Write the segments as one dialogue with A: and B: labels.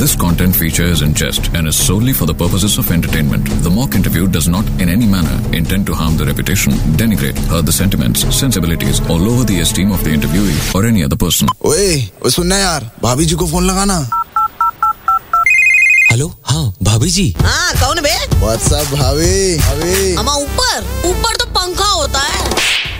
A: This content feature is in jest and is solely for the purposes of entertainment. The mock interview does not in any manner intend to harm the reputation, denigrate, hurt the sentiments, sensibilities, or lower the esteem of the interviewee or any other person.
B: ओए ओए सुनना यार भाभी जी को phone लगाना
C: hello हाँ भाभी जी
D: हाँ कौन बे
B: व्हाट्सअप भाभी भाभी
D: अमा ऊपर ऊपर तो पंखा होता है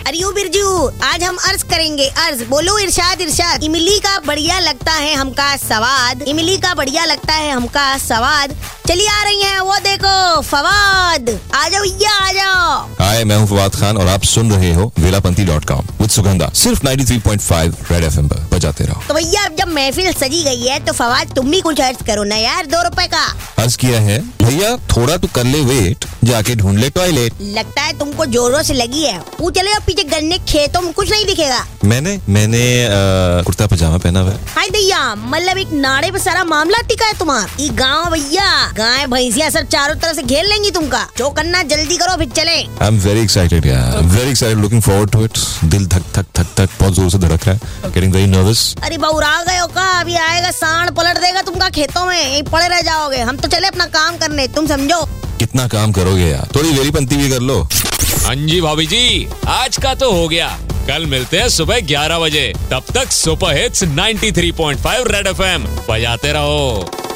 D: अरे यू बिरजू आज हम अर्ज करेंगे अर्ज बोलो इरशाद इरशाद इमली का बढ़िया लगता है हमका सवाद इमली का बढ़िया लगता है हमका सवाद चली आ रही है वो देखो फवाद आ जाओ ये आ जाओ
E: हाय मैं हूं फवाद खान और आप सुन रहे हो Vellapanti dot com with Sugandha सिर्फ 93.5 रेड एफ पर बजाते रहो
D: तो भैया अब जब महफिल सजी गई है तो फवाद तुम भी कुछ अर्ज करो ना यार दो रुपए का
E: अर्ज किया है भैया थोड़ा तो कर ले वेट जाके ढूंढ ले टॉयलेट
D: लगता है तुमको जोरों से लगी है वो चले जाओ पीछे गन्ने के खेतों में कुछ नहीं दिखेगा
E: मैंने मैंने अ, कुर्ता पजामा पहना हुआ है
D: हाय दैया मतलब एक नाड़े पे सारा मामला टिका है तुम्हारा ये गांव भैया गाय भैंसिया सब चारों तरफ से घेर लेंगी तुमका जो करना जल्दी करो फिर चले
E: आई एम वेरी एक्साइटेड यार very excited looking forward to it दिल धक धक धक धक बहुत जोर से धड़क रहा है गेटिंग वेरी नर्वस
D: अरे बहुरा गए हो का अभी आएगा सांड पलट देगा तुमका खेतों में यहीं पड़े रह जाओगे हम तो चले अपना काम करने तुम समझो
E: कितना काम करोगे यार थोड़ी वेलीपंथी भी कर लो
F: हाँ जी भाभी जी आज का तो हो गया कल मिलते हैं सुबह 11 बजे तब तक सुपर हिट्स 93.5 रेड एफएम बजाते रहो